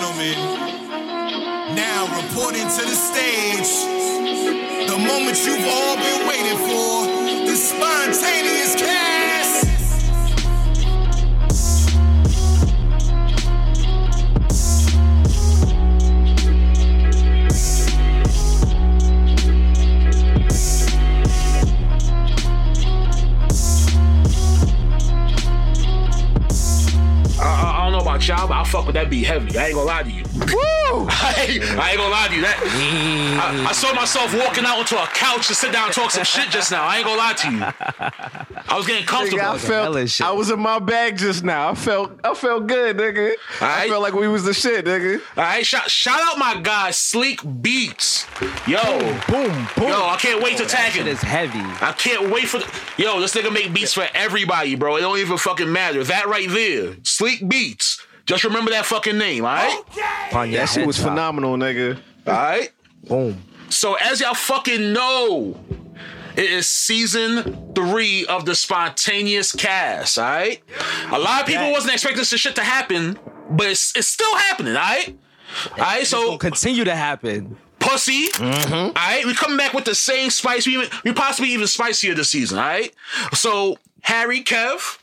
moment. Now reporting to the stage. The moment you've all been waiting for. The spontaneous cast. I, I don't know about y'all, but I fuck with that beat heavy. I ain't gonna lie to you. Woo! I ain't, I ain't gonna lie to you. That I, I saw myself walking out onto a couch to sit down and talk some shit just now. I ain't gonna lie to you. I was getting comfortable. Nigga, I hella felt shit. I was in my bag just now. I felt I felt good, nigga. I Aight. felt like we was the shit, nigga. All right, shout, shout out my guy Sleek Beats. Yo, Boom, boom. yo, I can't wait to tag Shit him. is heavy. I can't wait for the, yo. This nigga make beats for everybody, bro. It don't even fucking matter. That right there, Sleek Beats. Just remember that fucking name, all right? Upon your That shit head was top. phenomenal, nigga. All right. Boom. So as y'all fucking know, it is season three of the spontaneous cast. All right, a lot of people wasn't expecting this shit to happen, but it's, it's still happening. All right, all right. So Will continue to happen. pussy. Mm-hmm. All right, we coming back with the same spice. We even, we possibly even spicier this season. All right. So Harry, Kev,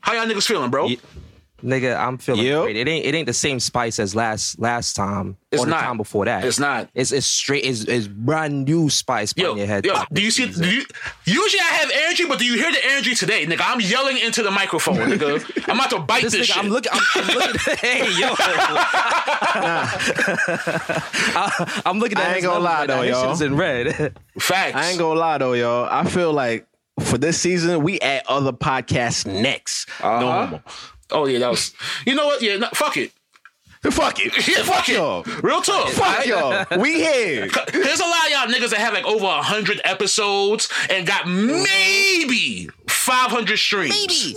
how y'all niggas feeling, bro? Ye- Nigga, I'm feeling Yep. great. It ain't it ain't the same spice as last last time It's or not. the time before that. It's not. It's it's straight. It's, it's brand new spice upon Yo, your head. yo, top do you this see? season. Do you, usually I have energy, but do you hear the energy today, nigga? I'm yelling into the microphone, nigga. I'm about to bite this, this nigga, shit. I'm looking. I'm, I'm looking. hey yo. I, am looking at. I ain't his gonna numbers lie, right now. though, His shit y'all. is in red. Facts. I ain't gonna lie though, y'all. I feel like for this season, we at other podcasts next. No Uh-huh. homo. Oh yeah, that was. You know what? Yeah, no, fuck it. Fuck it. Yeah, fuck, y'all. it. Real talk. Fuck y'all. We here. There's a lot of y'all niggas that have like over hundred episodes and got maybe five hundred streams. Maybe.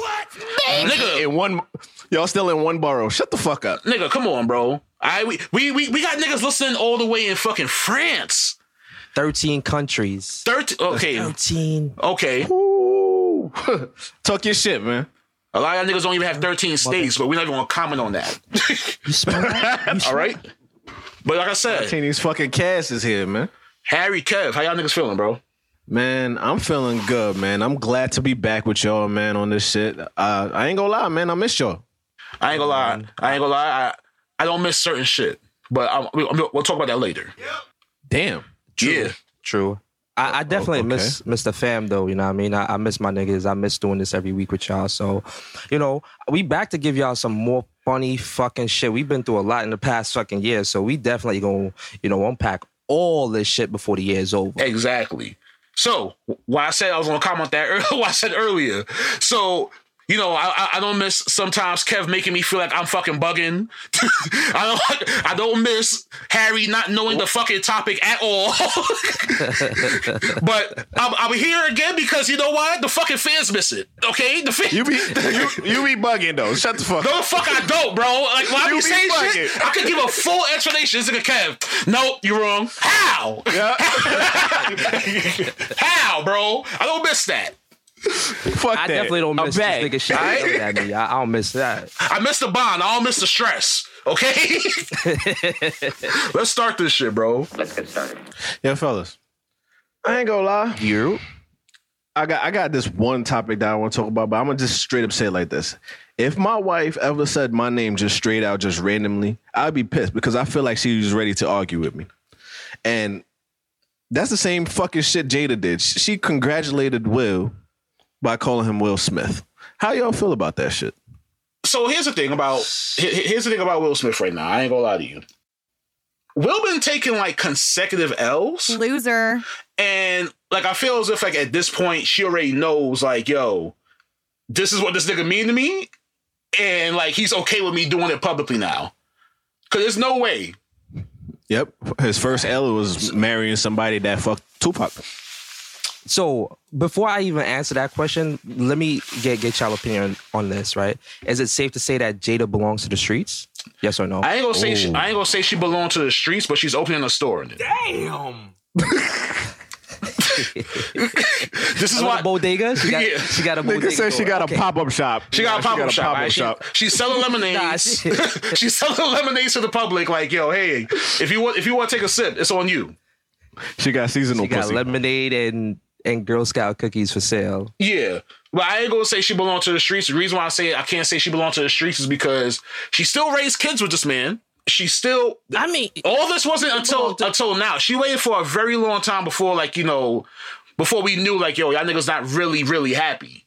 Nigga, In one y'all still in one borough. Shut the fuck up. nigga, come on, bro. I we, we we we got niggas listening all the way in fucking France. Thirteen countries. Thirteen. Okay. Thirteen. Okay. Ooh. Talk your shit, man. A lot of y'all niggas don't even have 13 states, but we're not even gonna comment on that. You smell that? You smell All right. But like I said, Teeny's fucking cast is here, man. Harry Kev, how y'all niggas feeling, bro? Man, I'm feeling good, man. I'm glad to be back with y'all, man, on this shit. Uh, I ain't gonna lie, man. I miss y'all. I ain't gonna lie. I ain't gonna lie. I, I don't miss certain shit, but I'm, we, will we'll talk about that later. Damn. Yeah. True. I, I definitely miss miss the fam though. You know what I mean? I, I miss my niggas. I miss doing this every week with y'all. So, you know, we back to give y'all some more funny fucking shit. We've been through a lot in the past fucking year, so we definitely gonna you know unpack all this shit before the year is over. Exactly. So why I said I was gonna comment that earlier, what I said earlier. So you know, I, I- I don't miss sometimes Kev making me feel like I'm fucking bugging. I don't I don't miss Harry not knowing the fucking topic at all. but I'm, I'm here again because you know why? The fucking fans miss it. Okay, the fans. You be you, you be bugging though. Shut the fuck No, up. the fuck I don't, bro. Like, why You you be saying shit? bugging. I could give a full explanation. This nigga Kev. Nope, you're wrong. How? How, bro? I don't miss that. Fuck that. I definitely don't I'm miss back. this nigga shit. Alright? coming at me. I, I don't miss that. I miss the bond. I don't miss the stress. Okay? Let's start this shit, bro. Yeah, fellas. I ain't gonna lie. You? I got I got this one topic that I want to talk about, but I'm gonna just straight up say it like this. If my wife ever said my name just straight out, just randomly, I'd be pissed because I feel like she was ready to argue with me. And that's the same fucking shit Jada did. Sh- She congratulated Will by calling him Will Smith. How y'all feel about that shit? So here's the thing about he- he- here's the thing about Will Smith right now. I ain't gonna lie to you. Will been taking like consecutive L's. Loser. And like I feel as if like at this point she already knows like yo, this is what this nigga mean to me, and like he's okay with me doing it publicly now. Cause there's no way. Yep. His first L was marrying somebody that fucked Tupac. So before I even answer that question, let me get get y'all opinion on this. Right? Is it safe to say that Jada belongs to the streets? Yes or no? I ain't gonna say she, I ain't gonna say she belonged to the streets, but she's opening a store in it. this is A why little bodega. She got, Yeah. she got a bodega. Nigga said she door. got a Okay. pop up shop. She got a pop up shop. pop-up right? She- shop. she's selling lemonades. Nah, she's selling lemonades to the public. Like, yo, hey, if you want, if you want to take a sip, it's on you. She got seasonal She got pussy. lemonade and and Girl Scout cookies for sale. Yeah, but I ain't gonna say she belonged to the streets. The reason why I say I can't say she belonged to the streets is because she still raised kids with this man. She still I mean, all this wasn't until belonged to- until now. She waited for a very long time before, like you know, before we knew, like yo, y'all niggas not really really happy.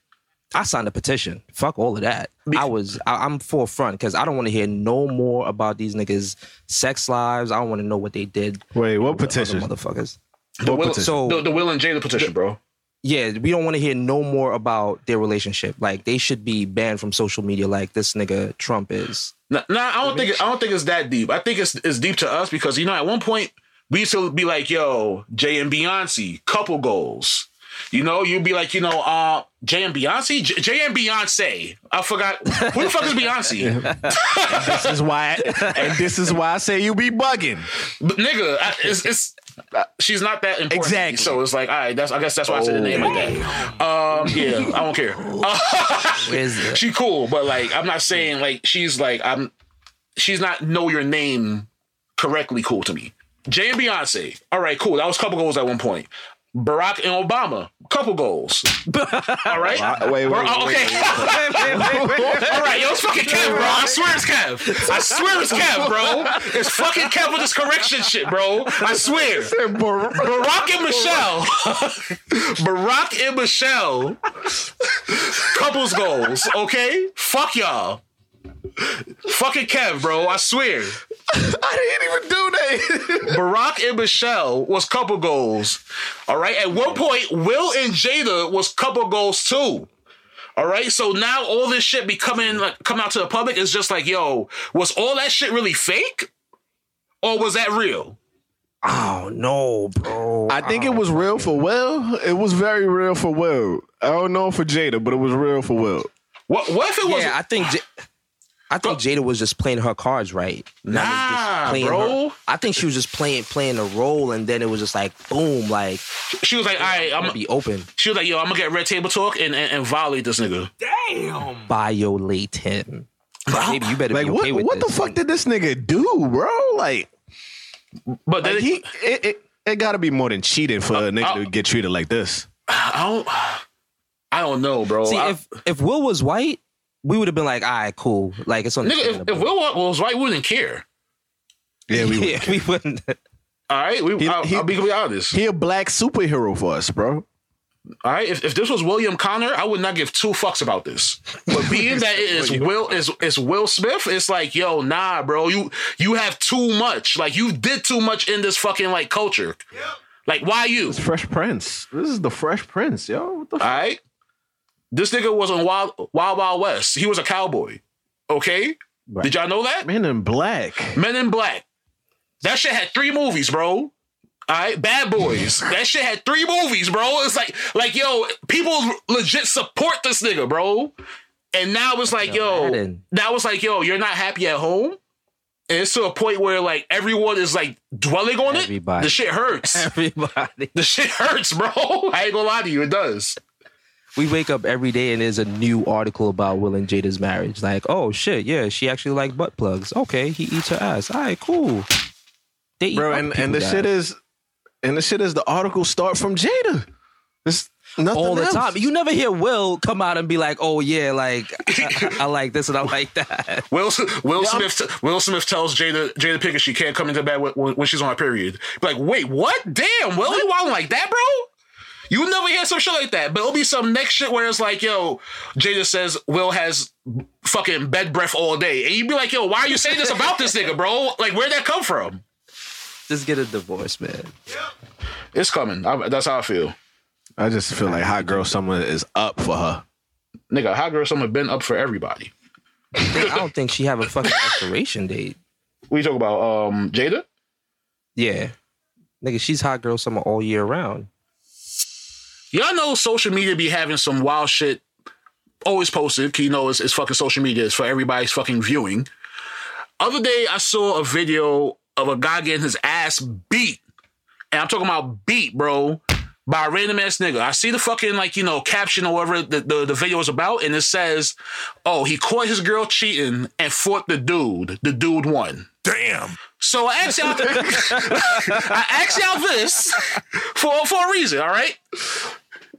I signed a petition. Fuck all of that. I was I, I'm forefront because I don't want to hear no more about these niggas' sex lives. I don't want to know what they did. Wait, what with other petition? motherfuckers? The Will, petition? So- the, the Will and Jada petition, bro. Yeah, we don't want to hear no more about their relationship. Like they should be banned from social media, like this nigga Trump is. Nah, nah, I don't think it, I don't think it's that deep. I think it's it's deep to us because you know at one point we used to be like, yo, Jay and Beyonce, couple goals. You know, you'd be like, you know, uh, Jay and Beyonce, J- Jay and Beyonce. I forgot who the fuck is Beyonce, this is why, and this is why I say you be bugging. but nigga, I, it's, it's uh, she's not that important. Exactly. So it's like, all right, that's I guess that's why I said the name like that. Um, yeah, I don't care. Where's the she cool, but like I'm not saying like she's like I'm she's not know your name correctly cool to me. Jay and Beyonce, all right, cool. That was a couple goals at one point. Barack and Obama, couple goals. All right. Wait, wait, Bro, wait, oh, okay. All right, yo, it's fucking Kev, bro. I swear it's Kev. I swear it's Kev, bro. It's fucking Kev with this correction shit, bro. I swear. Barack and Michelle. Barack and Michelle. Couples goals, okay? Fuck y'all. Fucking Kev, bro. I swear. I didn't even do that. Barack and Michelle was couple goals. All right. At one point, Will and Jada was couple goals too. All right. So now all this shit becoming like coming out to the public is just like, yo, was all that shit really fake? Or was that real? Oh no, bro. I think it was real for Will. It was very real for Will. I don't know for Jada, but it was real for Will. What what if it was yeah, I think J- I think Jada was just playing her cards right. That was just Nah, playing her- bro. I think she was just playing playing the role, and then it was just like boom, like She was like, all right, I'm I'm gonna be open, she was like, yo, I'm gonna get red table talk and, and, and violate this nigga. violate him. Like, Maybe you better Like be what? okay with what the this. fuck did this nigga do, bro? Like, But then it- like, he it. it it gotta be more than cheating for a nigga uh, to get treated like this. I don't I don't know, bro. See, I- if if Will was white, we would have been like, all right, cool. Like it's on. nigga, if, if Will was white, we wouldn't care. Yeah, we yeah, we wouldn't. All right, we, He- I'll, he- I'll be, be honest. He a black superhero for us, bro. All right, if, if this was William Connor, I would not give two fucks about this. But being that it is Will is is Will Smith, it's like, yo, nah, bro, you you have too much. Like you did too much in this fucking like culture. Like why you? Fresh Prince. This is the Fresh Prince, yo. What the All right, this nigga was on Wild Wild Wild West. He was a cowboy. Okay, did y'all know that? Man in Black. Men in Black. That shit had three movies, bro. All right, Bad Boys. that shit had three movies, bro. It's like, like, yo, people legit support this nigga, bro. And now it's like, yo, Aladdin. now it's like, yo, you're not happy at home. And it's to a point where like everyone is like dwelling on it. Everybody. The shit hurts. Everybody, the shit hurts, bro. I ain't gonna lie to you, it does. we wake up every day and there's a new article about Will and Jada's marriage. Like, oh shit, yeah, she actually like butt plugs. Okay, he eats her ass. All right, cool. They eat Bro, white and, people, and the guys. shit is and the shit is the article start from Jada. It's nothing all the else. time. You never hear Will come out and be like, "Oh yeah, like I, I like this and I like that." Will Will I'm- Smith Will Smith tells Jada Jada Pinkett she can't come into bed when, when she's on her period. Be like, wait, what? Damn, Will, you want like that, bro? You never hear some shit like that, but it'll be some next shit where it's like, yo, Jada says Will has fucking bed breath all day, and you'd be like, yo, why are you saying this about this nigga, bro? Like, where'd that come from? Just get a divorce, man. It's coming. I, that's how I feel, I just feel like Hot Girl Summer is up for her. nigga. Hot girl summer been up for everybody. I don't think she have a fucking expiration date. What you talking about, um, Jada? Yeah, nigga, she's hot girl summer all year round. Y'all know social media be having some wild shit always posted. 'cause You know, it's, it's fucking social media. It's for everybody's fucking viewing. Other day, I saw a video of a guy getting his ass beat. And I'm talking about beat, bro, by a random ass nigga. I see the fucking like you know caption or whatever the, the, the video is about, and it says, "Oh, he caught his girl cheating and fought the dude. The dude won." Damn. So I asked y'all, I asked y'all this for for a reason. All right,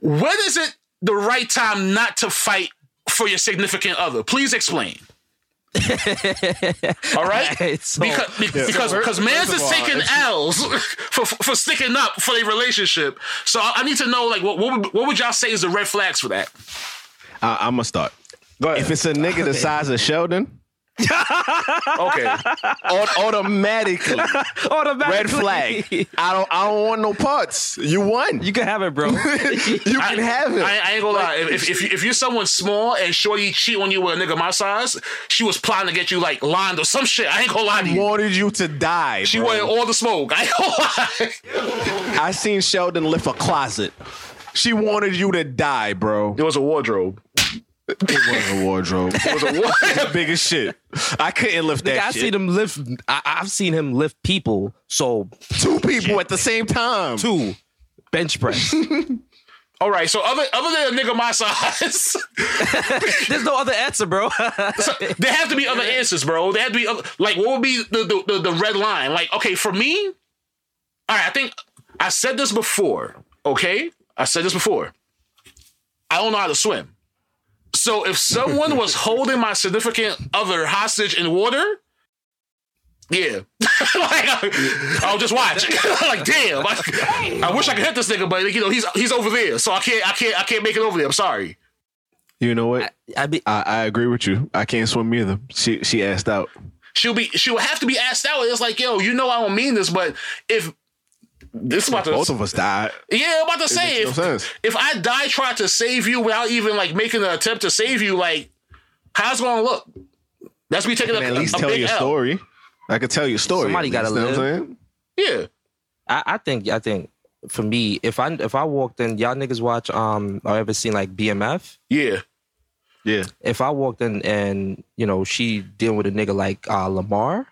when is it the right time not to fight for your significant other? Please explain. all right, Alright, so- because be- because So because first- man's first of is all, taking if L's for for sticking up for their relationship. So I I need to know like what what would, what would y'all say is the red flags for that? I, I'm gonna start. But If it's a nigga the size of Sheldon, Okay, aut- automatically Automatically. red flag. you I don't. I don't want no parts. You won. You, can have it, bro. can have it. I, I ain't gonna lie. If, if, if, if you're someone small and shorty cheat on you with a nigga my size, she was plotting to get you like lined or some shit. I ain't gonna lie to I you. wanted you to die. She bro. wanted all the smoke. I ain't gonna lie. I seen Sheldon lift a closet. She wanted you to die, bro. It was a wardrobe. was a wardrobe. It was a wardrobe. biggest shit. I couldn't lift that I shit. seen him lift. I, I've seen him lift people. So two people at the same time. two bench press. all right. So other other than a nigga my size, There's no other answer, bro. there have to be other answers, bro. There have to be other, like what would be the the, the the red line? Like okay, for me, all right. I think I said this before. Okay, I said this before. I don't know how to swim. So if someone was holding my significant other hostage in water, yeah, like I'll just watch. like damn, I, I wish I could hit this nigga, but like, you know he's he's over there, so I can't I can't I can't make it over there. I'm sorry. you know what? I be I, I agree with you. I can't swim either. She she asked out. she'll be she'll have to be asked out. It's like, yo, you know I don't mean this, but if this is about Both to of us died. yeah, I'm about to say makes if, no sense. if I die trying to save you without even like making an attempt to save you, like how's it gonna look? That's me taking a, And at least a, a tell big your L. story. I could tell your story. Somebody at least, gotta know what I'm saying? Yeah, I, I think I think for me, if I if I walked in, y'all niggas watch um or ever seen like BMF. yeah, Yeah. If I walked in and you know she dealing with a nigga like uh, Lamar,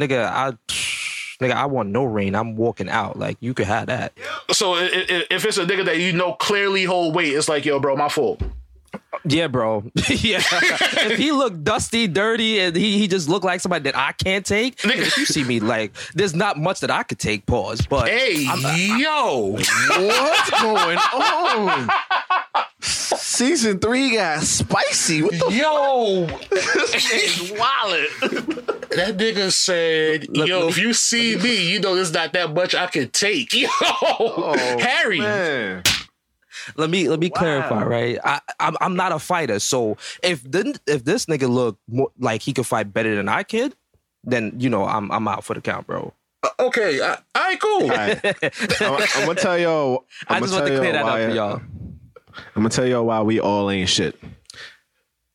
nigga, I nigga, I want no rain. I'm walking out. Like you could have that. So i- i- if it's a nigga that you know clearly hold weight, it's like, yo, bro, my fault. Yeah, bro. yeah. if he looked dusty, dirty, and he, he just looked like somebody that I can't take, Nigga. if you see me like, there's not much that I could take. Pause. But Hey, yo, What's going on? Season three got spicy. What the yo, his wallet. That nigga said, "Yo, if you see me, you know there's not that much I can take." Yo, Harry, man? let me let me clarify, right? I, I'm I'm not a fighter, so if then if this nigga look more, like he could fight better than I could, then you know I'm I'm out for the count, bro. okay, I, all right, cool. I'm, I'm gonna tell y'all. i I'm just want to clear that up for y'all. I'm gonna tell y'all why we all ain't shit.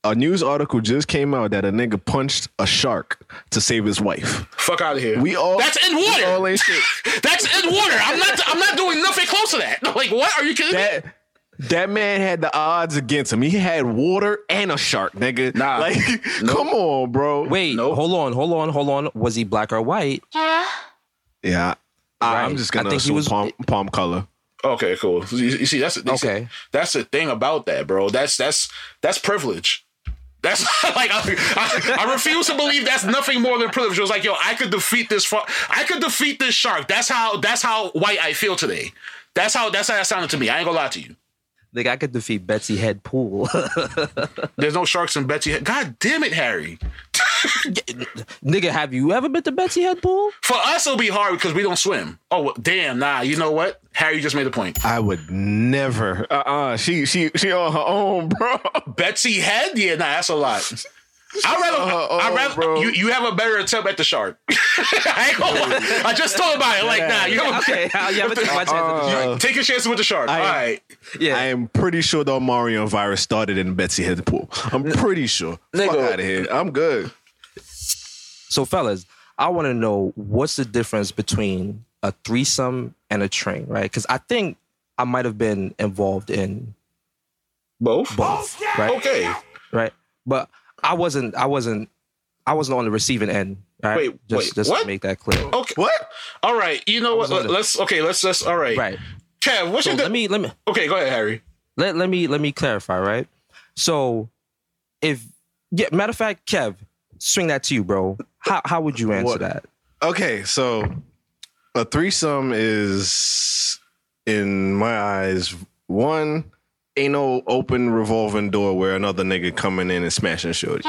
A news article just came out that a nigga punched a shark to save his wife. Fuck out of here. We all that's in we water. all ain't shit. that's in water. I'm not. I'm not doing nothing close to that. Like, what are you kidding? me? That that man had the odds against him. He had water and a shark, nigga. Nah. like come on, bro. Wait, Nope. hold on, hold on, hold on. Was he black or white? yeah. I, Right. I'm just I gonna think he assume was- palm, palm color. Okay, cool. You, you see, that's Okay. That's the thing about that, bro. That's that's that's privilege. That's like I, I, I refuse to believe that's nothing more than privilege. It was like, yo, I could defeat this. Fu- I could defeat this shark. That's how. That's how white I feel today. That's how. That's how that sounded to me. I ain't gonna lie to you. Like I could defeat Betsy Head Pool. There's no sharks in Betsy. God damn it, Harry. nigga, have you ever been to Betsy Head Pool? For us, it'll be hard because we don't swim. Oh, well, damn, nah. You know what? Harry you just made a point. I would never. Uh uh She she she on her own, bro. Betsy Head? Yeah, nah, that's a lot. I'd rather, Uh, I'd oh, rather bro. you, you have a better attempt at the shark. I, ain't gonna lie. I just thought about it. Like, nah, you have a, Okay, I'll never take my chance. at Uh, take your chances with the shark. All right. the- yeah, I am pretty sure the Omarion virus started in Betsy Head pool. I'm pretty sure. Fuck Nigga. out of here. I'm good. So, fellas, I want to know what's the difference between a threesome and a train, right? Because I think I might have been involved in Both? both, right? Okay. Right. But I wasn't. I wasn't. I wasn't on the receiving end. Right? Wait, just, wait, just what? to make that clear. Okay. What? All right. You know what? was on the- Let's okay, let's let's all right. Right. Kev, what's So your? let me let me okay, go ahead, Harry. let, let me let me clarify, right? So if yeah, matter of fact, Kev, swing that to you, bro. How how would you answer What? that? Okay, so a threesome is, in my eyes, one ain't no open revolving door where another nigga coming in and smashing shorty.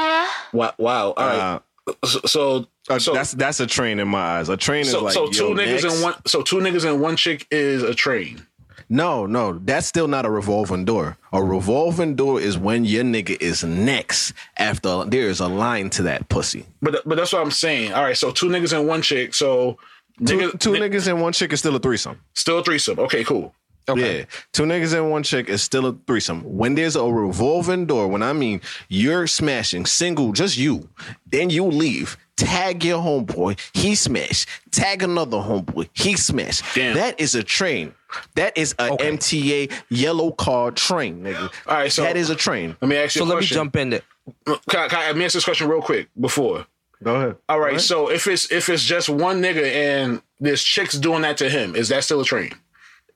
Wow, wow. All right. Uh, so, so, uh, so- that's that's a train in my eyes. A train is so, like so yo, two niggas next. and one. So two niggas and one chick is a train. No, no, that's still not a revolving door. A revolving door is when your nigga is next after there is a line to that pussy. But but that's what I'm saying. All right. So two niggas and one chick. So Two, niggas, two ni- niggas and one chick is still a threesome. still a threesome. Okay, cool. Yeah, two niggas and one chick is still a threesome. When there's a revolving door, when I mean you're smashing single, just you, then you leave. Tag your homeboy, he smash. Tag another homeboy, he smash. Damn. That is a train. That is a Okay. MTA yellow car train, nigga. All right, so- that is a train. Let me ask you. a So let me question. jump in there. Can I, can I- let me ask this question real quick before? Go ahead. All right, So if it's if it's just one nigga and there's chicks doing that to him, is that still a train?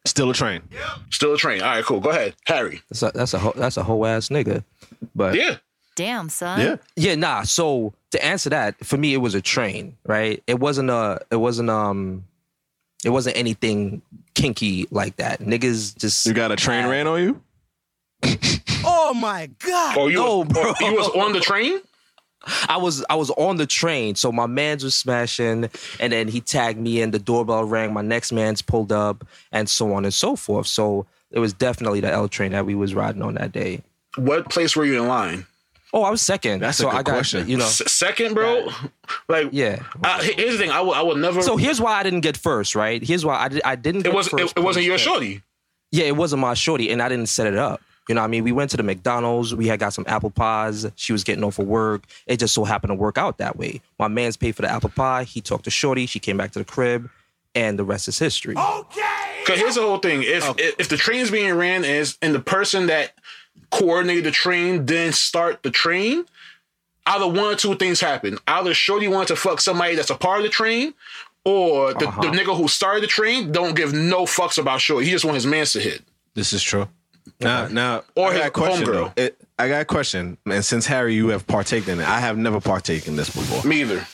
Still a train. Still a train. All right. Cool. Go ahead, Harry. That's a that's a ho- that's a whole ass nigga. But Yeah. Damn, son. Yeah. Yeah, nah. So to answer that, for me, it was a train, right? It wasn't a, it wasn't um, it wasn't anything kinky like that. Niggas just You got a train ran on you? Oh my God. Or you, No, was, or bro. you was on the train. I was I was on the train, so my man's was smashing, and then he tagged me in. The doorbell rang. My next man's pulled up, and so on and so forth. So it was definitely the L train that we was riding on that day. What place were you in line? Oh, I was second. That's a so good I got, question. You know, S- second, bro. Like yeah. I, here's the thing. I would I would never. So here's why I didn't get first, right? Here's why I, did, I didn't. it get wasn't it, first it wasn't place. your shorty. Yeah, it wasn't my shorty, and I didn't set it up. You know, what I mean, we went to the McDonald's. We had got some apple pies. She was getting off for work. It just so happened to work out that way. My man's paid for the apple pie. He talked to shorty. She came back to the crib, and the rest is history. Oh. Cause here's the whole thing. If Oh. if, if the train's being ran is and the person that coordinated the train didn't start the train, either one or two things happen. Either Shorty wanted to fuck somebody that's a part of the train, or the, Uh-huh. the nigga who started the train don't give no fucks about Shorty. He just want his mans to hit. This is true. Now, now, Or I his got a question. homegirl. though. It- I got a question, and since Harry, you have partaken in it, I have never partaken in this before. Me either.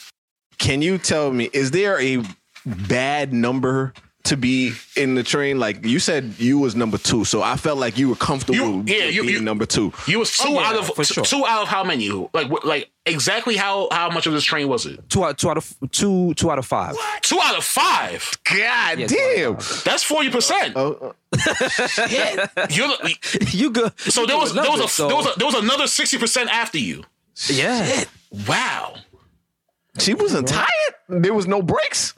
Can you tell me, is there a bad number to be in the train? Like you said, you was number two, so I felt like you were comfortable You- yeah, with you- being you- number two. You was two Oh, yeah, out of for t- sure. two out of how many? Like wh- like exactly how how much of this train was it? Two out, two out of two, two out of five. Two out of five. God Yeah, damn! That's forty percent. Oh, You're the- you good? So you there good was with there was a numbers, so- there was a, there was another sixty percent after you. yeah. Wow. She wasn't tired. There was no breaks.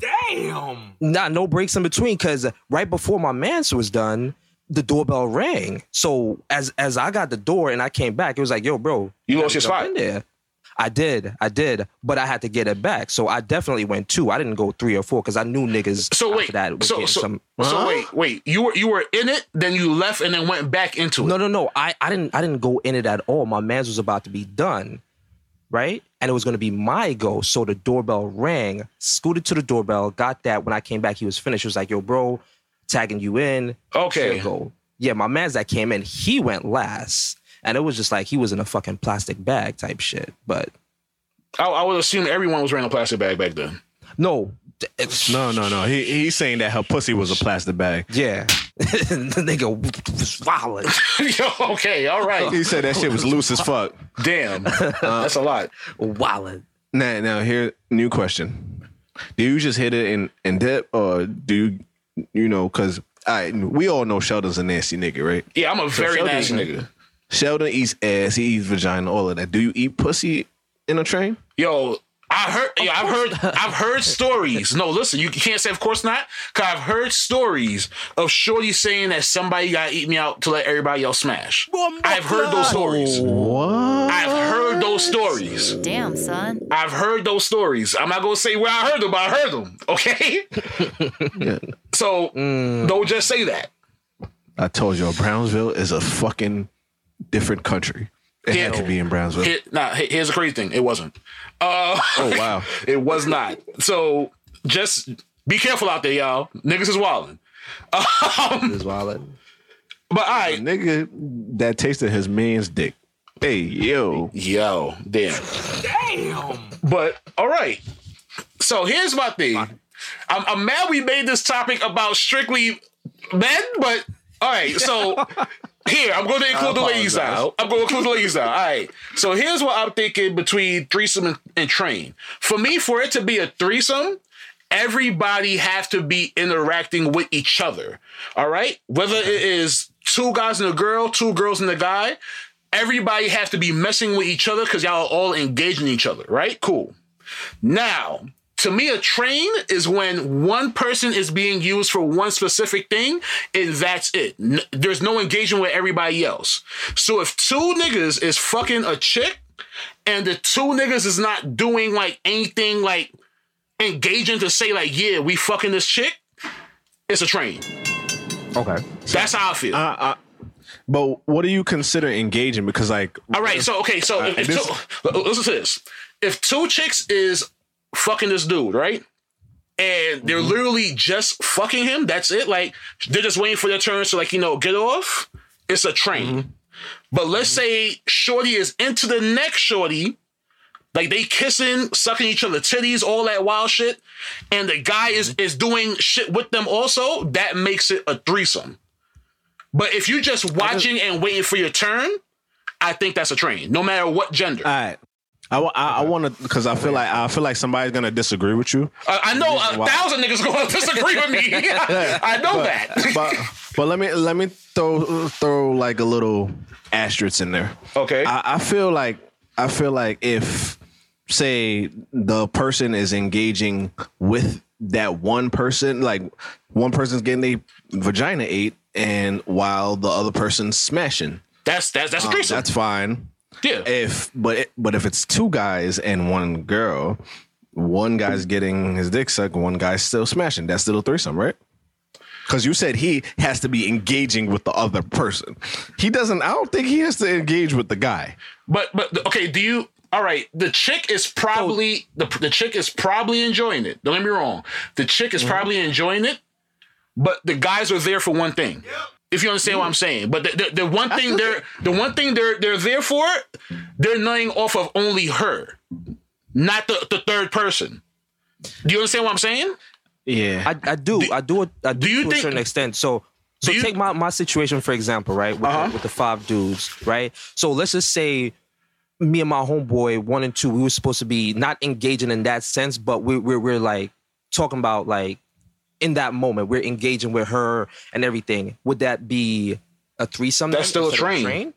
Nah, no breaks in between because right before my man's was done, the doorbell rang. So as as I got the door and I came back, it was like, yo, bro, You gotta lost your jump spot. in there. I did, I did, but I had to get it back. So I definitely went two. I didn't go three or four because I knew niggas. So after wait. that was so getting so, some- so wait wait you were you were in it then you left and then went back into it. no, no, no. I I didn't I didn't go in it at all. My man's was about to be done, right? And it was gonna be my go. So the doorbell rang, scooted to the doorbell, got that. When I came back, he was finished. He was like, yo, bro, tagging you in. Okay. Should go. Yeah, my man's that came in, he went last. And it was just like he was in a fucking plastic bag type shit. But I, I would assume everyone was wearing a plastic bag back then. no. it's- No, no, no. He he's saying that her pussy was a plastic bag. Yeah. the nigga was wild. Yo, okay, all right. He said that shit was loose as fuck. Damn, that's a lot. Wild. Now, now here, new question: Do you just hit it in in depth, or do you, you know, because I we all know Sheldon's a nasty nigga, right? Yeah, I'm a very Sheldon- nasty nigga. Sheldon eats ass, he eats vagina, all of that. Do you eat pussy in a train? Yo, I heard. Yeah, I've heard. I've heard stories. No, listen, you can't say of course not. Cause I've heard stories of Shorty saying that somebody gotta eat me out to let everybody else smash. I've heard those Oh. stories. What? I've heard those stories. Damn, son. I've heard those stories. I'm not gonna say where I heard them, but I heard them. Okay. so don't just say that. I told you, Brownsville is a fucking different country. It had Yeah. to be in Brownsville. Here- nah, he- here's the crazy thing. It wasn't. Uh, oh wow! it was not. So just be careful out there, y'all. Niggas is wilding. Um, His wallet. but all A right, nigga that tasted his man's dick. Hey, yo. yo, damn, But all right, so here's my thing. I'm, I'm mad we made this topic about strictly men, but all right, so. Here, I'm going to include the ladies out. I'm going to include the ladies out. All right. So here's what I'm thinking between threesome and, and train. For me, for it to be a threesome, everybody have to be interacting with each other. All right? Whether it is two guys and a girl, two girls and a guy, everybody have to be messing with each other because y'all are all engaging each other, right? Cool. Now, to me, a train is when one person is being used for one specific thing, and that's it. N- there's no engagement with everybody else. So if two niggas is fucking a chick, and the two niggas is not doing like anything like engaging to say like, yeah, we fucking this chick, it's a train. Okay. That's how I feel. But what do you consider engaging? Because like All right, so okay, so if, if this- two, l- l- listen to this. If two chicks is fucking this dude, right? And they're literally just fucking him, that's it. Like they're just waiting for their turn to like, you know, get off. It's a train. But let's say Shorty is into the next Shorty. Like they kissing, sucking each other titties, all that wild shit, and the guy is Mm-hmm. is doing shit with them also. That makes it a threesome. But if you just watching and waiting for your turn, I think that's a train, no matter what gender. all right. I, wa- I, I want to because I feel like I feel like somebody's gonna disagree with you. I, I know reason a why- thousand niggas going to disagree with me. I know that. But but let me let me throw throw like a little asterisk in there. Okay. I, I feel like I feel like if say the person is engaging with that one person, like one person's getting a vagina ate, and while the other person's smashing, that's that's that's a um, threesome. that's fine. yeah. If but it, but if it's two guys and one girl, one guy's getting his dick sucked, one guy's still smashing. That's still a threesome, right? Because you said he has to be engaging with the other person. He doesn't. I don't think he has to engage with the guy. but but okay, do you? All right, the chick is probably the the chick is probably enjoying it. Don't get me wrong. The chick is probably enjoying it, but the guys are there for one thing. If you understand what I'm saying, but the, the, the one thing they're the one thing they're they're there for, they're nutting off of only her, not the, the third person. Do you understand what I'm saying? Yeah. I, I do, I do it I do, you to a think- certain extent. So so Do you- take my, my situation for example, right? With, the, with the five dudes, right? So let's just say me and my homeboy one and two, we were supposed to be not engaging in that sense, but we we're, we're like talking about like in that moment we're engaging with her and everything. Would that be a threesome? That's then still a instead of train.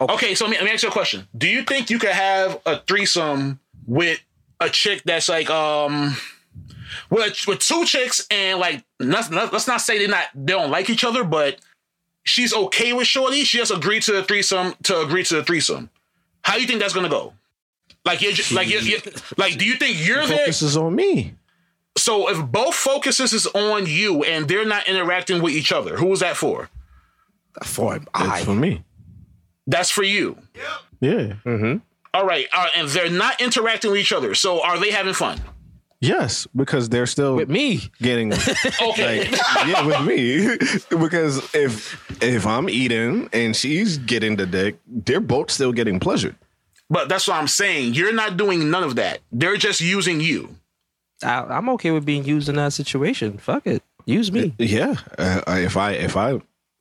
Okay, so let me, let me ask you a question. Do you think you could have a threesome with a chick that's like um with with two chicks and like let's, let's not say they not they don't like each other, but she's okay with Shorty. She just agreed to the threesome to agree to the threesome. How do you think that's gonna go? Like you're just, like you're, you're- like do you think you're there? This is on me. So if both focuses is on you and they're not interacting with each other, who is that for? For It's I for me. That's for you. Yeah. All right, uh, and they're not interacting with each other. So are they having fun? Yes, because they're still with me. getting Okay. yeah with me. because if if I'm eating and she's getting the dick, they're both still getting pleasured. but that's what I'm saying. You're not doing none of that. They're just using you. I, I'm okay with being used in that situation. Fuck it. Use me. Yeah. Uh, I- if I if I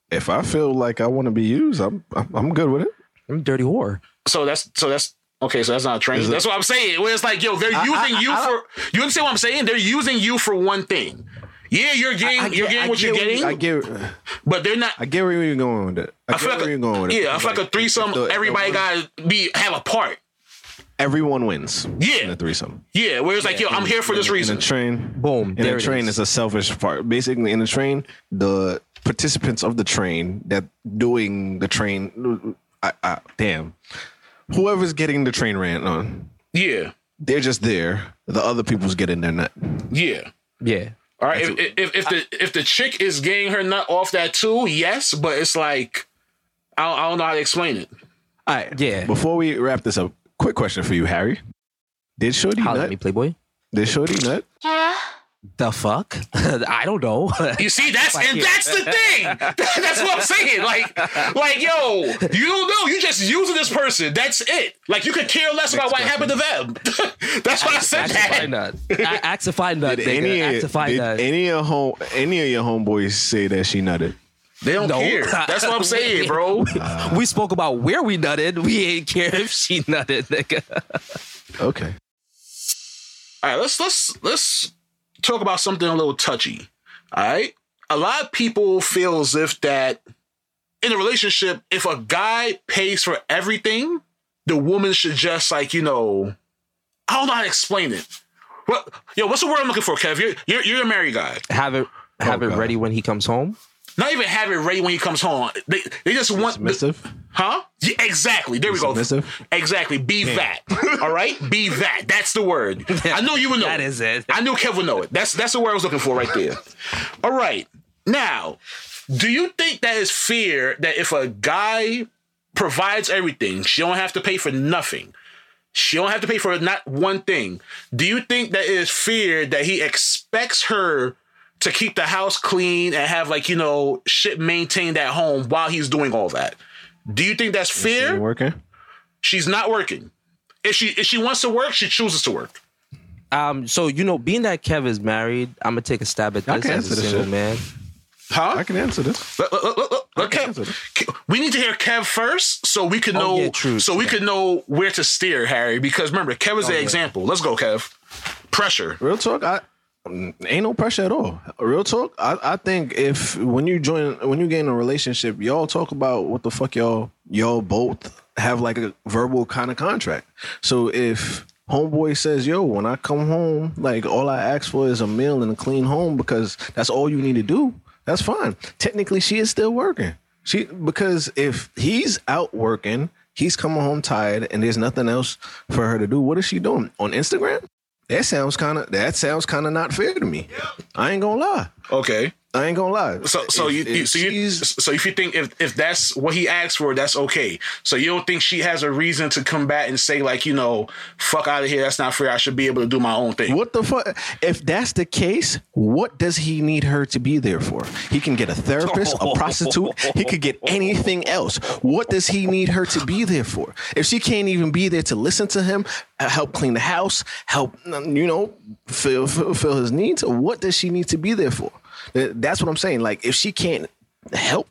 if I feel like I want to be used, I'm I'm, I'm good with it. I'm a dirty whore. So that's so that's okay. So that's not a train. that's what I'm saying. Where it's like, yo, they're using you for. You understand what I'm saying? They're using you for one thing. Yeah, you're getting you're getting what you're getting, I get but they're not. I get where you're going with it. I I, get feel like where a, you're going with it. yeah, I feel like a threesome. the- if the everybody one- got to be have a part. Everyone wins. Yeah. in a threesome. Yeah, where it's like, yo, I'm here for this In reason. a train, Boom, In there a it train is. is a selfish part. Basically, in a train, the participants of the train that doing the train, I, I, damn, whoever's getting the train ran on, Yeah, they're just there. The other people's getting their nut. yeah. Yeah. All right. If, if, if the if the chick is getting her nut off that too, yes, but it's like I don't, I don't know how to explain it. All right. Yeah. Before we wrap this up, quick question for you, Harry. Did Shorty Holla at nut? me, Playboy. Did Shorty nut? Yeah. the fuck? I don't know. You see, that's and that's the thing. that's what I'm saying. Like, like, yo, you don't know. You just using this person. That's it. Like, you could care less about what happened to them. that's why I said Axify that. nut. Axify nut. Did Any, any, Axify did nut. any of home any of your homeboys say that she nutted? They don't No. care. That's what I'm saying, bro. we spoke about where we nutted. We ain't care if she nutted, nigga. Okay. All right, let's let's let's talk about something a little touchy. All right, a lot of people feel as if that in a relationship, if a guy pays for everything, the woman should just like you know, I don't know how to explain it. What yo? What's the word I'm looking for, Kev? You're you're, you're a married guy. Have it, have it ready when he comes home. Not even have it ready when he comes home. They they just want Submissive? Huh? Yeah, exactly. There we go. Submissive? Exactly. Be that. All right. Be that. That's the word. I know you would know. That it. is it. I knew Kev would know it. That's that's the word I was looking for right there. All right. Now, do you think that is fair that if a guy provides everything, she don't have to pay for nothing? She don't have to pay for not one thing. Do you think that it is fair that he expects her to keep the house clean and have like you know shit maintained at home while he's doing all that? Do you think that's You fair? working? She's not working. If she if she wants to work, she chooses to work. Um, so you know, being that Kev is married, I'm gonna take a stab at I this can as a answer this single shit. man. I can answer this. Let- let- let- let- let Okay, Kev- that's it. Ke- we need to hear Kev first, so we can Oh, know. yeah, Oh, true, so we true. can know where to steer, Harry. Because remember, Kev is the example. Let's go, Kev. Pressure. Real talk, I mm, ain't no pressure at all. Real talk, I, I think if when you join when you get in a relationship, y'all talk about what the fuck y'all y'all both have like a verbal kind of contract. So if homeboy says, "Yo, when I come home, like all I ask for is a meal and a clean home because that's all you need to do." That's fine. Technically, she is still working. She because if he's out working, he's coming home tired and there's nothing else for her to do. What is she doing on Instagram? That sounds kind of that sounds kind of not fair to me. I ain't gonna lie. Okay. I ain't gonna lie. So so If- you, you if so you she's- so if you think if if that's what he asked for, that's okay. So you don't think she has a reason to come back and say like you know fuck out of here. That's not fair. I should be able to do my own thing. what the fuck? If that's the case, what does he need her to be there for? He can get a therapist, a prostitute. He could get anything else. What does he need her to be there for? If she can't even be there to listen to him, uh, help clean the house, help uh, you know fill fulfill his needs, what does she need to be there for? Th- That's what I'm saying. Like if she can't help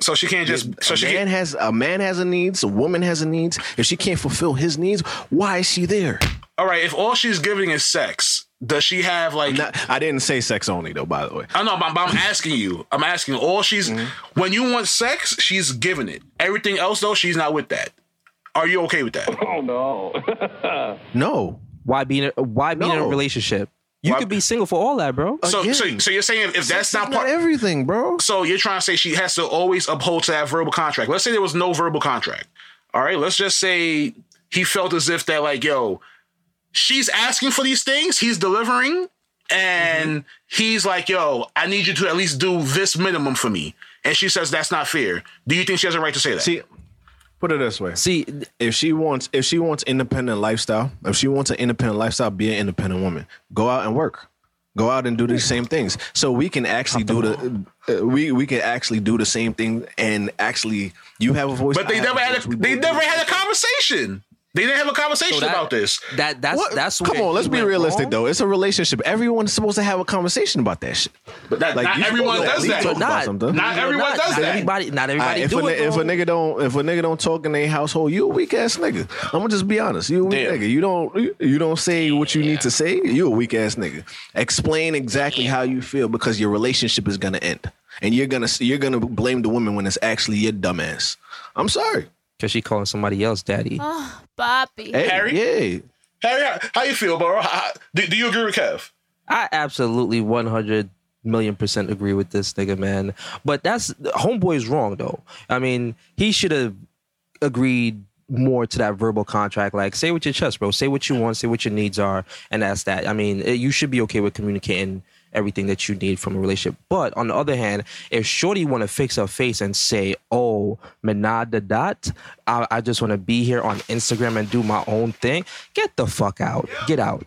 So she can't just so a she man can't, has a man has a needs, a woman has a needs. If she can't fulfill his needs, why is she there? all right. If all she's giving is sex, does she have like Not, I didn't say sex only though, by the way. I know, but but I'm asking you. I'm asking you. all she's Mm-hmm. when you want sex, she's giving it. Everything else though, she's not with that. Are you okay with that? No. Why be in a, why be in a No. Oh, relationship? You Why- could be single for all that, bro. So, Again. so, so you're saying if, if that's not Not, part, everything, bro. so you're trying to say she has to always uphold to that verbal contract. Let's say there was no verbal contract. All right, let's just say he felt as if that like, yo, she's asking for these things, he's delivering, and he's like, yo, I need you to at least do this minimum for me. And she says that's not fair. Do you think she has a right to say that? See, put it this way. See, If she wants if she wants independent lifestyle, if she wants an independent lifestyle, be an independent woman. Go out and work. Go out and do the same things. So we can actually do the uh, we we can actually do the same thing and actually you have a voice. But they I have never had voice, we a, they both never do. had a conversation. They didn't have a conversation that- about this. that that's What? that's come where on. Let's he be went realistic wrong. though. It's a relationship. Everyone's supposed to have a conversation about that shit. But that, Like, not you should everyone go at does least that. talk But about not, something. Not but everyone not, does not that. Everybody, All not everybody right, if, a, do ni- it. if a bro. nigga don't if a nigga don't talk in their household, you a weak ass nigga. I'm gonna just be honest. You a weak Damn. nigga. You don't you don't say what you need to say. You a weak ass nigga. Explain exactly how you feel because your relationship is gonna end, and you're gonna you're gonna blame the woman when it's actually your dumbass. I'm sorry. Cause she calling somebody else daddy. Bobby. Hey, Harry? yeah. Harry, how, how you feel, bro? How- how- do, do you agree with Kev? I absolutely 100 million percent agree with this nigga, man. But that's homeboy's wrong though. I mean, he should have agreed more to that verbal contract. Like, say with your chest, bro. Say what you want. Say what your needs are, and that's that. I mean, it, you should be okay with communicating everything that you need from a relationship. But on the other hand, if Shorty want to fix her face and say, "Oh, menad the dot," I, I just want to be here on Instagram and do my own thing. Get the fuck out. Get out.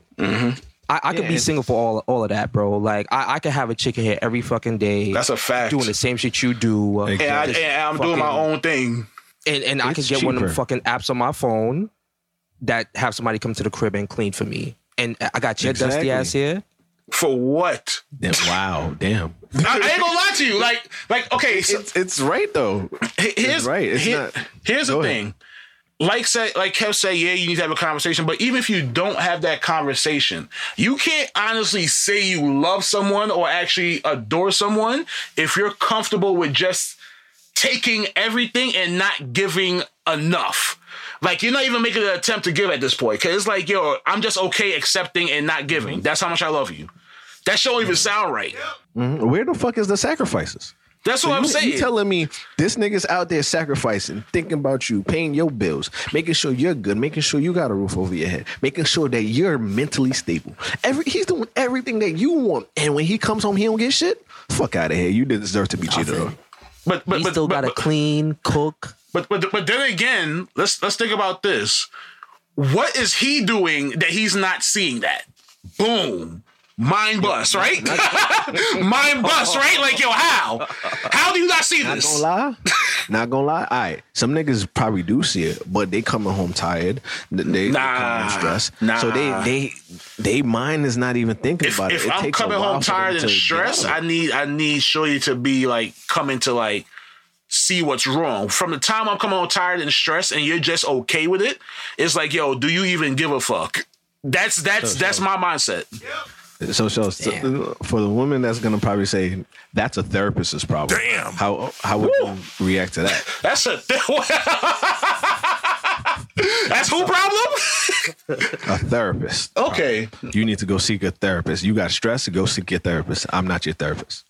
I, I could be single for all all of that, bro. Like I, I could have a chicken here every fucking day. That's a fact. doing the same shit you do. and, I, and I'm doing my Fucking- own thing. and, and I It's could get one of them cheaper. fucking apps on my phone that have somebody come to the crib and clean for me. And I got your dusty Exactly. ass here. For what? Yeah, wow, damn. I, I ain't gonna lie to you. Like, like okay, so It's, it's right though. he- here's right. It's he- not- here's the Go ahead. thing. Like say, like Kev said, yeah, you need to have a conversation. But even if you don't have that conversation, you can't honestly say you love someone or actually adore someone if you're comfortable with just taking everything and not giving enough. Like you're not even making an attempt to give at this point. Cause it's like, yo, I'm just okay accepting and not giving. That's how much I love you. That shit don't Mm. even sound right. Where the fuck is the sacrifices? That's what I'm you, saying. You telling me this nigga's out there sacrificing, thinking about you, paying your bills, making sure you're good, making sure you got a roof over your head, making sure that you're mentally stable. Every he's doing everything that you want, and when he comes home, he don't get shit. Fuck out of here. You didn't deserve to be cheated on. but but You but, still but, gotta but- clean, cook. But but but then again, let's let's think about this. What is he doing that he's not seeing that? Boom. Mind bust, right? Mind bust, right? Like yo, how? How do you not see Not gonna this? lie. Not gonna lie. All right. Some niggas probably do see it, but they coming home tired. Th- They, they coming Nah. home stressed. Nah. So they they they mind is not even thinking If, about it. if It I'm takes a coming while home for them tired to and get stressed, out I of need I need Shorty to be like coming to like see what's wrong. From the time I'm coming home tired and stressed, and you're just okay with it, it's like yo, do you even give a fuck? That's that's that's my mindset. it. so, so, so for the woman that's gonna probably say that's a therapist's problem. Damn. How how would you react to that? That's a That's who problem? A therapist. Okay. You need to go seek a therapist. You got stress, go seek your therapist. I'm not your therapist.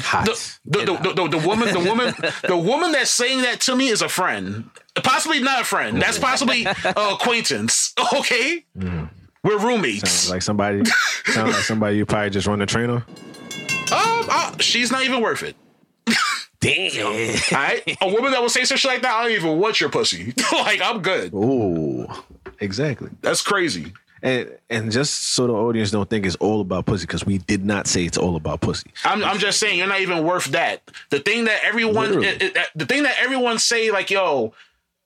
Hot. The, the, the, the, the woman, the woman, the woman that's saying that to me is a friend. Possibly not a friend. That's possibly a acquaintance. Okay? We're roommates. Sounds like somebody sounds like somebody you probably just run the trainer. um, I- she's not even worth it. Damn. All right? a woman that will say some shit like that, I don't even want your pussy. like, I'm good. Ooh. Exactly. That's crazy. And and just so the audience don't think it's all about pussy, because we did not say it's all about pussy. I'm, I'm just saying you're not even worth that. The thing that everyone, Literally. it- it- the thing that everyone say like, yo,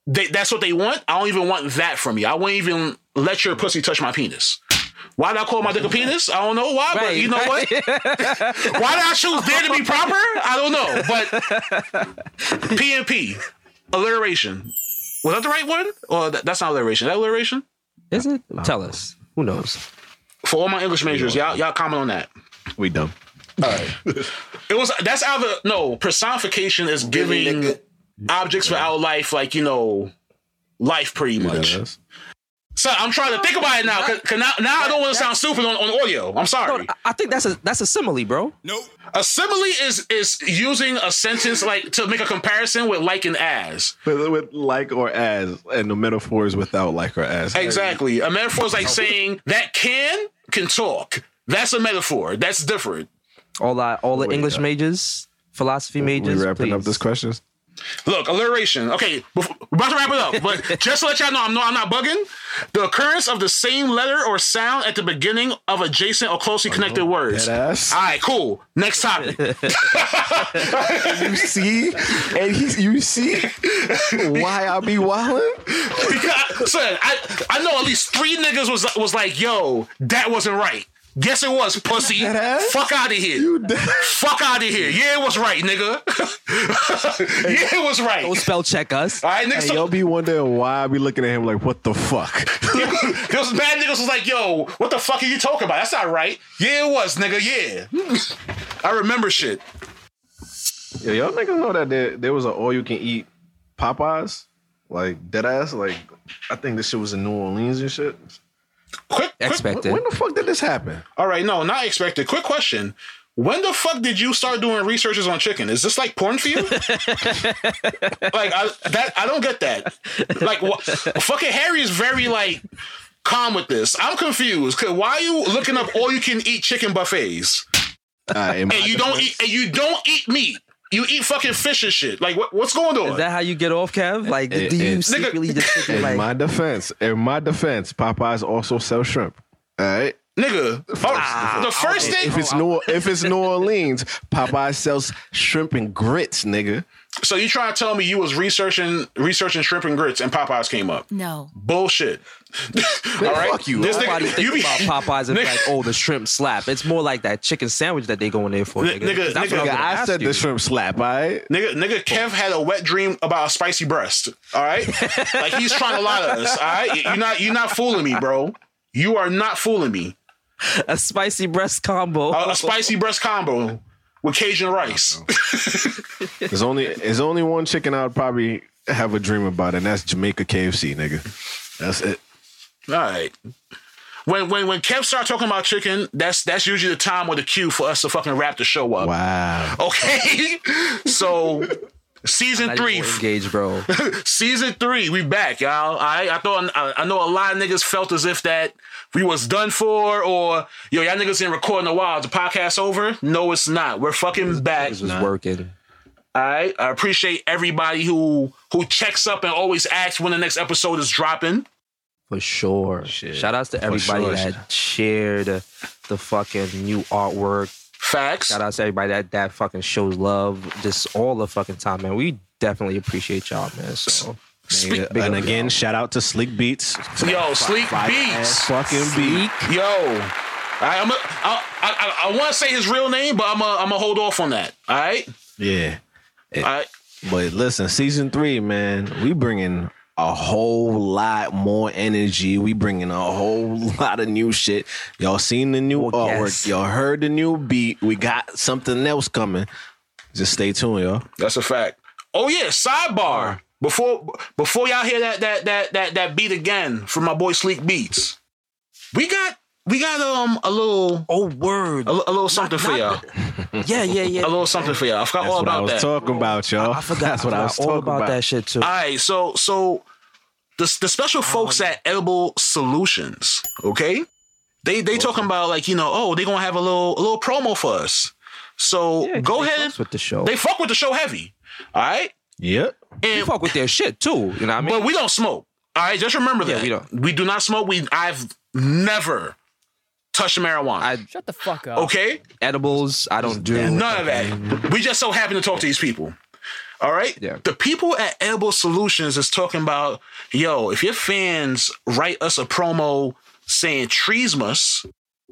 they, that's what they want. I don't even want that from you. I won't even let your pussy touch my penis. Why did I call my dick a penis? I don't know why, but Right, you know what? why did I choose there to be proper? I don't know. But P and P, alliteration. Was that the right one? Or that, that's not alliteration. Is that alliteration? Is it? Tell us. Who knows? For all my English majors, y'all y'all comment on that. We dumb. It was that's either no personification is giving objects without life, like you know, life pretty much. So I'm trying to think about it now, cause, 'cause now, now I don't want to sound stupid on, on audio. I'm sorry. I- I think that's a that's a simile, bro. Nope. A simile is is using a sentence like to make a comparison with like and as. With, with like or as, and the metaphor is without like or as. Exactly. A metaphor is like saying that can can talk. That's a metaphor. That's different. All I, all the English majors, philosophy uh, We majors. wrapping up please. this questions. Look, alliteration. Okay, before, we're about to wrap it up, but just to let y'all know, I'm no, I'm not bugging. The occurrence of the same letter or sound at the beginning of adjacent or closely connected words. All Deadass. right, cool. Next topic. You see, and he's you see why I be wildin'? Because- Son, I I know at least three niggas was was like, yo, that wasn't right. Yes, it was, pussy. Deadass. Fuck out of here. Fuck out of here. Yeah, it was right, nigga. yeah, it was right. Don't All spell check us. right, And niggas. y'all be wondering why I be looking at him like, what the fuck? Those bad niggas was like, yo, what the fuck are you talking about? That's not right. Yeah, it was, nigga, yeah. I remember shit. Yo, y'all niggas know that there, there was an all you can eat Popeyes, like dead ass. Like I think this shit was in New Orleans and shit. Quick, quick. When, Expected. when the fuck did this happen? All right, no, not expected. Quick question. When the fuck did you start doing researches on chicken? Is this like porn for you? like I that I don't get that. Like wha- fucking Harry is very like calm with this. I'm confused. Cause why are you looking up all you can eat chicken buffets? All right, in my And you don't eat and you don't eat meat. You eat fucking fish and shit. Like what, what's going on? Is that how you get off, Kev? Like, do you eh. secretly just think In like, my defense, in my defense, Popeyes also sell shrimp. All right, Nigga, oh, the first thing If it's New if it's New Orleans, Popeye sells shrimp and grits, nigga. So you trying to tell me you was researching researching shrimp and grits and Popeyes came up? No. Bullshit. All right. fuck you. This Nobody nigga, you be, thinks about Popeyes and nigga, be like, oh, the shrimp slap. It's more like that chicken sandwich that they go in there for. N- Nigga, nigga, That's nigga, what I'm gonna I ask said you. the shrimp slap, all right? nigga, nigga, Kev had a wet dream about a spicy breast. All right. like he's trying to lie to us. All right. You're not you're not fooling me, bro. You are not fooling me. A spicy breast combo. A, a spicy breast combo with Cajun rice. There's only there's only one chicken I would probably have a dream about, and that's Jamaica KFC, nigga. That's it. All right. When when when Kev starts talking about chicken, that's that's usually the time or the cue for us to fucking wrap the show up. oh, Wow. Okay. so season Not three. even engaged, bro. season three, we back, y'all. I I thought I, I know a lot of niggas felt as if that we was done for, or yo, y'all niggas didn't record in a while. Is the podcast over? No, it's not. We're fucking back. This was working. All right. I appreciate everybody who who checks up and always asks when the next episode is dropping. For sure. Shout outs to everybody sure. that shared the fucking new artwork. Facts. Shout outs to everybody that, that fucking shows love just all the fucking time, man. We definitely appreciate y'all, man. So Speak- big and up, again, shout out to Sleek Beats. yo, Sleek Beats. Fucking beat. Yo, I, I'm a, I, I, I, I want to say his real name, but I'm a, I'm a hold off on that. All right, Yeah. all right. But listen, season three, man, we bringing a whole lot more energy. We bringing a whole lot of new shit. Y'all seen the new Well, artwork. yes. Y'all heard the new beat. We got something else coming. Just stay tuned, y'all. That's a fact. Oh yeah, sidebar. Before before y'all hear that that that that that beat again from my boy Sleek Beats, we got we got um a little Oh word. a, li- a little something for y'all, Yeah, yeah, a yeah. little something for y'all. I forgot all What I about was that. talking about, y'all. I forgot. That's what I, was forgot all talking about, about. that shit too. All right, so so the the special folks at Edible Solutions, okay? They they talking about like you know oh they gonna have a little a little promo for us. So go They ahead and fucks with the show. they fuck with the show heavy, all right. Yep. We And fuck with their shit too. You know what I mean? but we don't smoke, all right. Just remember that we don't. we do not smoke. We I've never touched marijuana. I- Shut the fuck up. okay, edibles, I don't do. None of that. We just so happen to talk to these people. All right. Yeah. The people at Elbow Solutions is talking about, yo, if your fans write us a promo saying treesmus,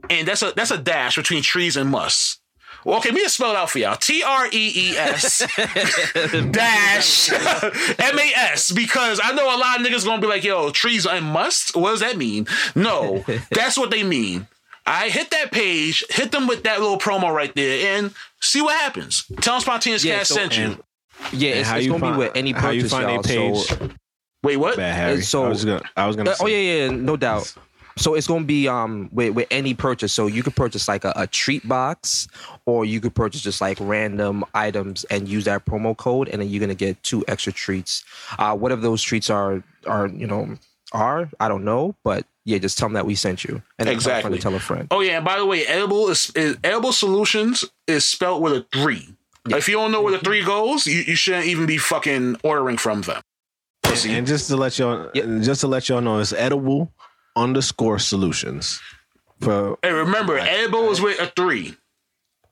and that's a that's a dash between trees and must. Well, okay, let me just spell it out for y'all. T R E E S dash M A S because I know a lot of niggas gonna be like, yo, trees and must? What does that mean? No, that's what they mean. I hit that page, hit them with that little promo right there, and see what happens. Tell them Spontaneous Yeah, Cast so- sent you. Yeah, And it's, how it's you gonna find- be with any purchase, how you find y'all. their page? So, Wait, what? Bad Harry. so- I was gonna. I was gonna Uh, say, oh yeah, yeah, no doubt. So it's gonna be um with, with any purchase. So you could purchase like a, a treat box, or you could purchase just like random items and use that promo code, and then you're gonna get two extra treats. Uh, whatever those treats are are you know are I don't know, but yeah, just tell them that we sent you, and then tell a friend Exactly. to tell a friend. Oh yeah, and by the way, edible is, is edible solutions is spelled with a three. If you don't know Mm-hmm. where the three goes, you, you shouldn't even be fucking ordering from them. And just to let y'all, Yep. just to let y'all know, it's edible underscore solutions for And remember, edible is with a three.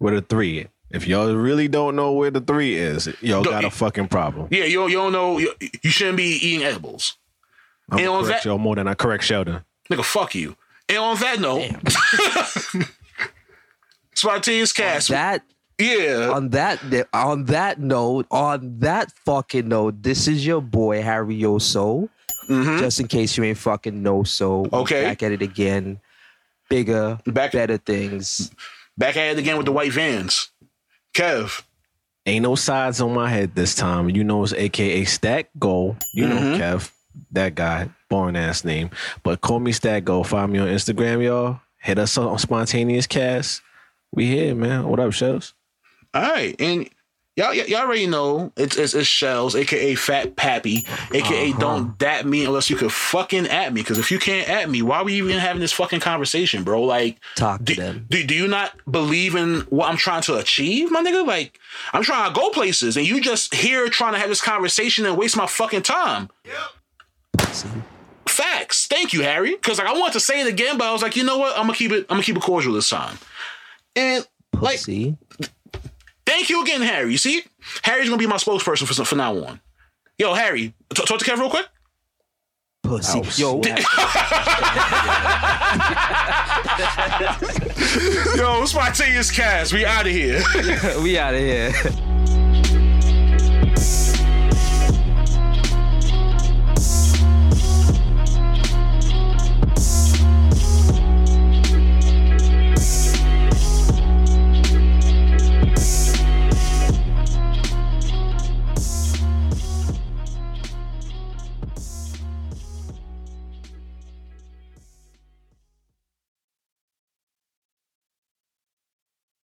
with a three. If y'all really don't know where the three is, y'all Don't- got a fucking problem. Yeah, you, don't- you don't know. You, you shouldn't be eating edibles, I'm and on gonna correct that- y'all more than I correct Sheldon. nigga. Fuck you. And on that note, spontaneous cast. That yeah, on that on that note, on that fucking note, this is your boy Harry Oso. mm-hmm. Just in case you ain't fucking know, so we Hmm? Okay. back at it again, bigger, Back- better things. back at it again with the white vans. Kev, Ain't no sides on my head this time. You know it's AKA Stack Go. You know Kev, that guy, boring ass name. But call me Stack Go. Find me on Instagram, y'all. Hit us up on Spontaneous Cast. We here, man. What up, Shells? All right, and y'all y- y'all already know it's, it's it's shells, aka Fat Pappy, aka Don't Dat Me unless you could fucking at me. Because if you can't at me, why are we even having this fucking conversation, bro? Like, Talk do, to them. do do you not believe in what I'm trying to achieve, my nigga? Like, I'm trying to go places, and you just here trying to have this conversation and waste my fucking time. Yep. Facts. Thank you, Harry. Because like I wanted to say it again, but I was like, you know what? I'm gonna keep it. I'm gonna keep it cordial this time. And like, See? thank you again, Harry. You see, Harry's gonna be my spokesperson for from now on. Yo, Harry, t- talk to Kev real quick. Pussy. Yo, what happened? Yo, it's my spontaneous cast. We out of here. we out of here.